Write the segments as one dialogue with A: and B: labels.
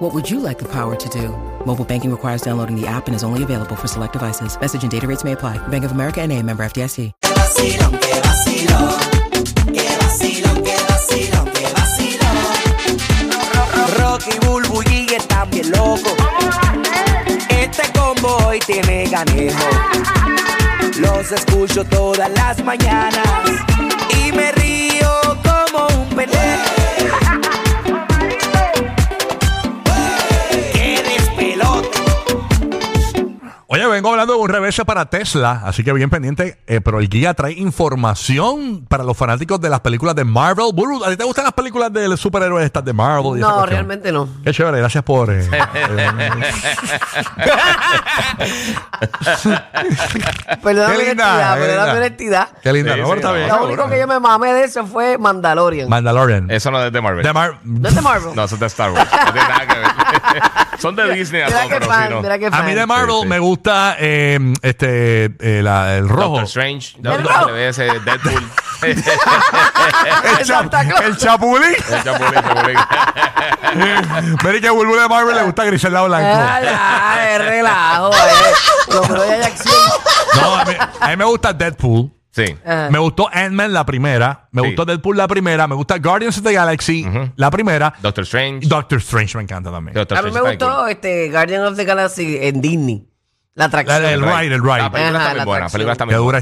A: What would you like the power to do? Mobile banking requires downloading the app and is only available for select devices. Message and data rates may apply. Bank of America and a member FDIC.
B: Qué vacilón, qué vacilón, qué vacilón, qué vacilón, qué vacilón. Rocky, Bulbu y Giga están bien locos. Este combo hoy tiene ganejo. Los escucho todas las mañanas y me río como un pendejo. ¡Qué despelote!
C: Oye, vengo hablando de un reverse para Tesla, así que bien pendiente. eh, pero el guía trae información para los fanáticos de las películas de Marvel. Buru, ¿a ti te gustan las películas de superhéroes estas de Marvel? y esa
D: No,
C: cuestión?
D: realmente no.
C: Qué chévere, gracias por. eh, eh,
D: Perdóname
C: Qué
D: mi
C: linda,
D: honestidad,
C: qué
D: perdóname mi
C: linda.
D: honestidad.
C: qué linda,
E: Sí,
C: ¿no?
E: sí,
C: Está
E: no,
C: bien.
D: Lo único que yo me mamé de eso fue Mandalorian.
C: Mandalorian.
E: Eso no es de Marvel.
C: De Mar-
D: ¿No es de Marvel?
E: no, eso es de Star Wars. No tiene nada que ver. Son de Disney, a
D: Mira
E: todo,
D: qué
E: pero
D: fan,
E: si no.
D: mira qué
C: a
D: fan.
C: mí de Marvel
E: Sí, sí.
C: me gusta eh, este, eh, la- el rojo.
E: Doctor Strange,
D: rojo.
E: WS, Deadpool.
D: El Santa Claus.
C: El Chapulín.
E: El Chapulín, Chapulín.
C: Mira que a Bulbul de Marvel le gusta Griselda Blanco.
D: Ay, ay, relajo. eh. Lo que hay acción.
C: No, a mí, a mí me gusta Deadpool.
E: Sí.
D: Ajá.
C: Me gustó Ant-Man la primera. Me
E: Sí.
C: gustó Deadpool la primera. Me gusta Guardians of the Galaxy la primera.
E: Doctor Strange.
C: Y Doctor Strange me encanta también.
E: Doctor
D: A mí me
E: Strange está
D: gustó
E: cool.
D: este Guardian of the Galaxy en Disney. La
C: La-
D: atracción.
C: el ride, el
E: Ah, La
C: ride.
E: película
D: Ajá, la
E: está muy buena. La película
C: Qué
E: está muy buena.
C: dura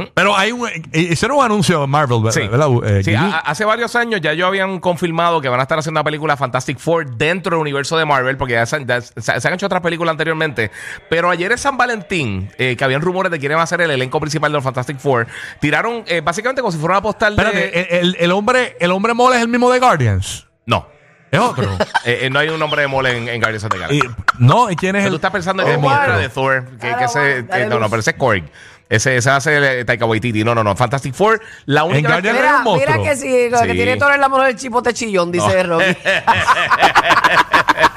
C: está. Pero hay un, eh, hicieron un anuncio en Marvel, ¿verdad?
E: Sí.
C: Eh,
E: Sí, ah,
C: Guille?
E: a- hace varios años ya yo habían confirmado que van a estar haciendo una película Fantastic Four dentro del universo de Marvel, porque ya se han, ya se- se han hecho otras películas anteriormente. Pero ayer en San Valentín, eh, que habían rumores de que iban a ser el elenco principal de los Fantastic Four, tiraron eh, básicamente como si fuera una postal de.
C: Espérate, el, el- el hombre, el hombre mole es el mismo de Guardians.
E: no.
C: Es otro.
E: Eh, eh, no hay un nombre de mole en, en Guardians of the
C: Y-
E: Galaxy.
C: no, ¿y quién es
E: Pero
C: el?
E: tú estás pensando en
C: el
E: el
C: monstruo.
E: monstruo Oh, de Thor. Que,
D: Dale,
E: que ese,
D: Juan, dale
E: eh, no, no,
D: luz.
E: pero ese es Korg. Ese, ese va a ser eh, Taika Waititi. No, no, no. Fantastic Four, la única. vez que-
C: Guardians-
D: Mira,
C: un monstruo.
D: mira que si lo que
E: Sí.
D: tiene todo el amor del chipote chillón, dice Rocky.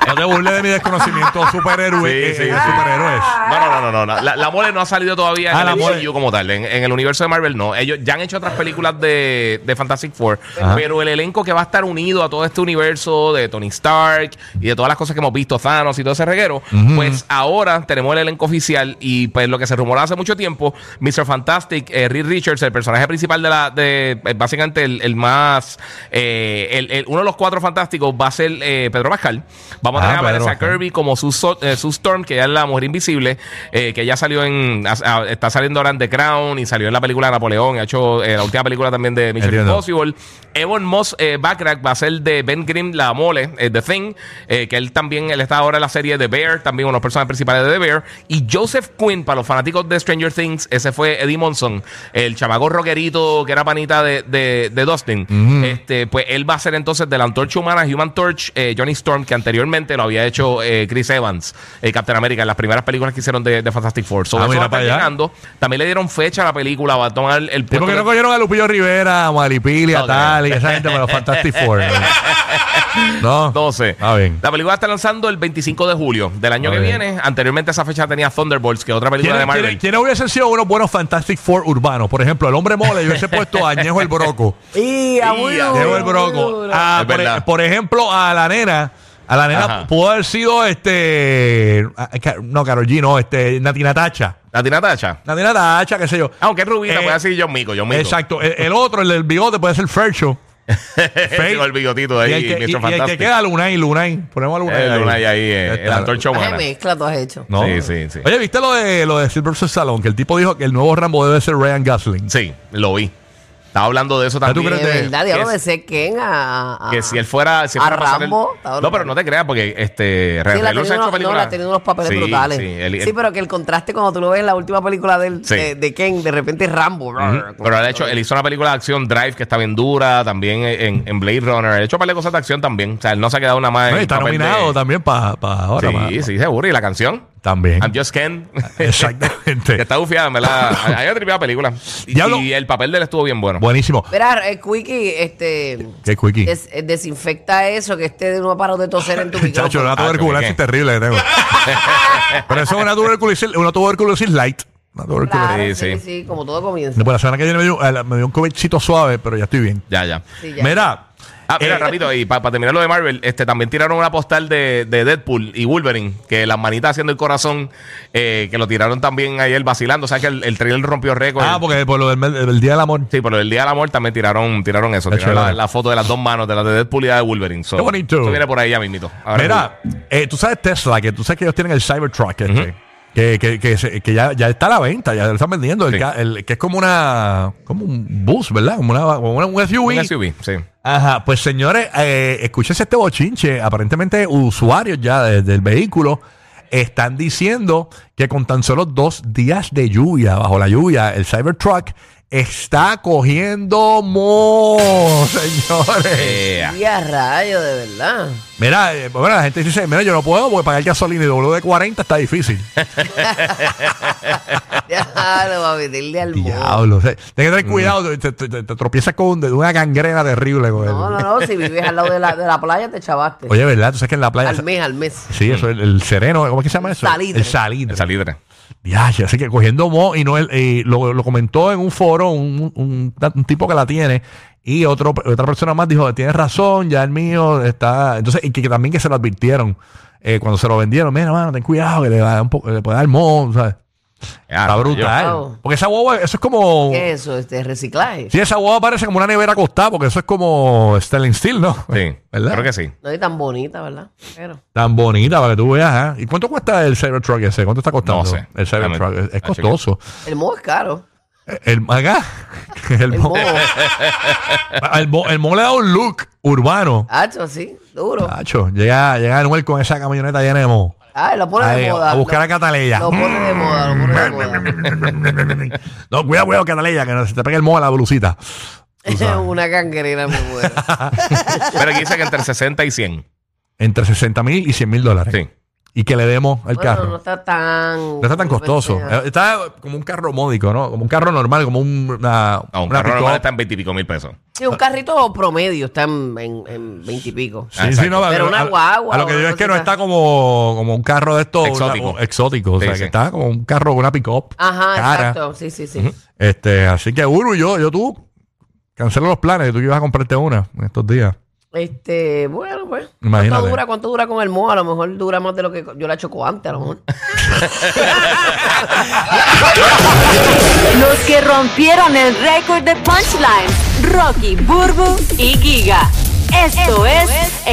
C: No te burles de mi desconocimiento superhéroe.
E: Sí,
C: eh,
E: sí,
C: eh,
E: sí.
C: superhéroes.
E: No, no, no, no, no. La, la mole no ha salido todavía en
C: Ah, la
E: el
C: mole.
E: MCU como tal. En, en el universo de Marvel no. Ellos ya han hecho otras películas de, de Fantastic Four. Pero el elenco que va a estar unido a todo este universo de Tony Stark y de todas las cosas que hemos visto, Thanos y todo ese reguero, pues ahora tenemos el elenco oficial y pues lo que se rumoraba hace mucho tiempo, Mr. Fantastic, eh, Reed Richards, el personaje principal de la... De, eh, básicamente el, el más... eh, el- el- uno de los cuatro fantásticos va a ser eh, Pedro Pascal. Vamos a
C: Ah,
E: tener a
C: Pedro
E: Vanessa
C: Pascal.
E: Kirby. Kirby como su, so- eh, su Storm, que ya es la mujer invisible, eh, que ya salió en. a- a- está saliendo ahora en The Crown y salió en la película Napoleón. Ha hecho eh, la última película también de Mission
C: Entiendo.
E: Impossible. Evan Moss eh, Backrack va a ser de Ben Grimm, la mole, eh, The Thing, eh, que él también él está ahora en la serie The Bear, también uno de los personajes principales de The Bear. Y Joseph Quinn, para los fanáticos de Stranger Things, ese fue Eddie Monson, el chamaco rockerito que era panita de, de, de Dustin. Este, pues él va a ser entonces de la antorcha humana, Human Torch, eh, Johnny Storm, que anteriormente lo había hecho eh, Chris Evans, eh, Captain America, en las primeras películas que hicieron de, de Fantastic Four. So,
C: Ah,
E: eso
C: mira
E: va a estar
C: para allá.
E: llegando. También le dieron fecha a la película, va a tomar el
C: Sí,
E: puesto
C: porque
E: que-
C: no cogieron a Lupillo Rivera, a Maripili, a
E: No,
C: tal, y esa gente para los Fantastic Four. No. No.
E: 12.
C: Está Ah, bien.
E: La película está lanzando el 25 de julio del año
C: Está
E: que
C: bien.
E: viene. Anteriormente a esa fecha tenía Thunderbolts, que es otra película de
C: ¿Quiénes
E: Marvel.
C: quién, quién hubiesen sido unos buenos Fantastic Four urbanos? Por ejemplo, el hombre mole, yo hubiese puesto a Añejo el Broco.
D: Y a muy
E: a-
D: duro,
C: Añejo el
D: muy
C: Broco.
D: duro.
C: Ah,
E: Es
C: por,
E: verdad.
C: por ejemplo, a la nena. A la nena
E: Ajá.
C: pudo haber sido este. a- Ca- No, Karol G, no, este. Natina Tacha.
E: ¿La tiene Tacha?
C: Natina Tacha, qué sé yo.
E: Aunque es rubita,
C: Eh,
E: puede decir John Mico, John Mico.
C: Exacto. El, el otro, el del bigote, puede ser Fercho. Fake.
E: Con el bigotito
C: Y
E: ahí,
C: el que, y-
E: Mr.
C: y el que
E: Fantastic.
C: queda Lunay, Lunay. Ponemos a Lunay.
E: El Lunay ahí, eh,
C: Ya
E: el
C: está.
E: antorcha
D: Ay,
E: humana.
D: mezcla tú has hecho.
C: No.
E: Sí, sí, sí.
C: Oye, ¿viste lo de, lo de Silver Salon? Que el tipo dijo que el nuevo Rambo debe ser Ryan Gosling.
E: Sí, lo vi. Estaba hablando de eso
C: Ya tú
E: también.
D: De
C: crees Espérate,
D: verdad, diablo
E: que
D: de
E: si-
D: Sequen a, a-
E: Que si él fuera. Si
D: a
E: fuera pasar el-
D: Rambo. está
E: No,
D: brutal.
E: pero no te creas, porque este.
D: Sí,
E: Ryan
D: él ha
E: Reynolds ha
D: tenido
E: hecho
D: unos, no,
E: películas-
D: la ha tenido unos papeles
E: Sí,
D: brutales.
E: Sí,
D: Sí,
E: él- él-
D: pero que el contraste cuando tú lo ves en la última película de, él,
E: Sí.
D: de, de Ken, de repente es Rambo.
E: Pero él, ha hecho, él hizo una película de acción Drive que está bien dura, también en, en Blade Runner. Él ha hecho un par de cosas de acción también. O sea, él no se ha quedado nada más.
C: No, y
E: en
C: está
E: papel de-
C: nominado también para Ah, ahora. pa-
E: Sí, sí, seguro. ¿Y la canción?
C: También.
E: I'm Just Ken. que
C: Exactamente.
E: está bufiada, me la. Hay una tripeada película. Y,
C: Diablo.
E: y el papel de él estuvo bien bueno.
C: Buenísimo.
D: Mira, eh, Quickie, este.
C: Qué quickie.
D: des- eh, desinfecta eso, que este no ha parado de toser en tu micrófono.
C: Chacho, una
E: Ah,
C: tuberculosis
E: ¿qué?
C: terrible que tengo. Pero eso es una tuberculosis, una tuberculosis light. Una tuberculosis.
D: Claro,
E: Sí,
D: sí,
E: sí.
D: sí, como todo comienza.
C: Después la semana que viene me dio, eh, la- me dio un covetcito suave, pero ya estoy bien.
E: Ya, ya.
D: Sí, ya.
C: Mira.
E: Ah, mira,
C: eh,
E: rapidito, y para terminar lo de Marvel, este también tiraron una postal de, de Deadpool y Wolverine, que las manitas haciendo el corazón, eh, que lo tiraron también ayer vacilando. O sea que el, el trailer rompió récord.
C: Ah, porque por lo del, del- del Día del Amor.
E: Sí, pero el día del amor también tiraron, tiraron eso,
C: Qué
E: tiraron la,
C: chévere.
E: la foto de las dos manos, de la de Deadpool y la de Wolverine. So,
C: Qué bonito.
E: Eso viene por ahí ya mismito. Ahora
C: Mira, eh, tú sabes Tesla, que tú sabes que ellos tienen el Cybertruck este, que, que, que, se- que ya, ya está a la venta, ya lo están vendiendo, el
E: Sí.
C: ca- el- que es como una como un bus, ¿verdad? Como, una, como una- un SUV.
E: Un SUV, sí.
C: Ajá, pues señores, eh, escúchese este bochinche. Aparentemente, usuarios ya de- del vehículo están diciendo que con tan solo dos días de lluvia, bajo la lluvia, el Cybertruck está cogiendo mo, señores.
E: Yeah.
D: Y a rayo, de verdad.
C: Mira, eh, bueno, la gente dice, mira, yo no puedo porque pagar gasolina y doble de 40 está difícil.
D: Ya lo va a meterle al mundo.
C: Diablo, o sea, ten que tener cuidado, te, te- te- te tropiezas con de- una gangrena terrible. con
D: No,
C: él.
D: no, no. Si vives al lado de la, de la playa, te chavaste.
C: Oye, ¿verdad? Tú sabes que en la playa...
D: al mes, al mes.
C: Sí, eso, el, el sereno, ¿cómo es que se llama eso?
D: Salitre.
C: El salitre.
E: El salitre.
C: Ya, ya, así que cogiendo mo y no el- eh, lo, lo comentó en un foro un, un- un tipo que la tiene y otro, otra persona más dijo, tienes razón, ya el mío está... Entonces, y que, que también que se lo advirtieron eh, cuando se lo vendieron, mira, mano, ten cuidado, que le, va a dar un poco- le puede dar mo, ¿sabes?
E: Ya,
C: está
E: yo-
C: brutal.
D: Wow.
C: Porque esa guagua, eso es como...
D: ¿Qué es eso? Este reciclaje.
C: Sí, esa guagua parece como una nevera acostada porque eso es como Sterling Steel, ¿no?
E: Sí,
C: ¿verdad?
E: creo que sí.
D: No es tan bonita, ¿verdad? Pero.
C: Tan bonita para que tú veas, ¿eh? ¿Y cuánto cuesta el Cybertruck ese? ¿Cuánto está costando?
E: No sé.
C: El Cybertruck. Es, es
E: Ah, chica.
C: costoso.
D: El moho es caro.
C: El acá, el
D: El
C: mo,
D: moho.
C: el, mo- el mo le da un look urbano.
D: Hacho, sí. Duro.
C: Tacho, llega, llega Anuel con esa camioneta llena de mo.
D: Ah, lo pone
C: Ahí,
D: de moda.
C: a buscar
D: Lo-
C: a Cataleya. Mm.
D: Lo pone de moda, lo pone de moda.
C: No, cuidado, cuidado, Cataleya, que no se te pegue el mo a la blusita. Tú
D: Es
C: sabes.
D: una cangrena, me muero.
E: Pero aquí dice que entre 60 y 100.
C: Entre 60 mil y 100 mil dólares.
E: Sí.
C: Y que le demos al
D: Bueno,
C: carro.
D: no está tan.
C: No está tan costoso. Eh, Está como un carro módico, ¿no? Como un carro normal, como un- una.
E: No, un
C: una
E: carro
C: pick-up.
E: normal está en 20 y pico mil pesos.
D: Sí, un carrito promedio está en, en, en 20 y pico.
C: Sí, sí, no,
D: Pero
C: a-
D: una
C: a-
D: guagua
C: A lo que
D: o
C: yo
D: una
C: es que no
D: cosita.
C: está como, como un carro de estos. una-
E: Exótico.
C: exótico. O
E: Sí,
C: sea,
E: sí.
C: que está como un carro, una pick-up.
D: Ajá,
C: cara.
D: exacto. Sí, sí, sí.
C: Este, así que, Uru, yo, yo tú, cancelo los planes. Tú ibas a comprarte una en estos días.
D: Este, bueno, pues.
C: Imagínate.
D: ¿Cuánto dura, ¿Cuánto dura con el moho? A lo mejor dura más de lo que yo la choco antes, a lo mejor.
F: Los que rompieron el récord de punchline, Rocky, Burbu y Giga. Esto es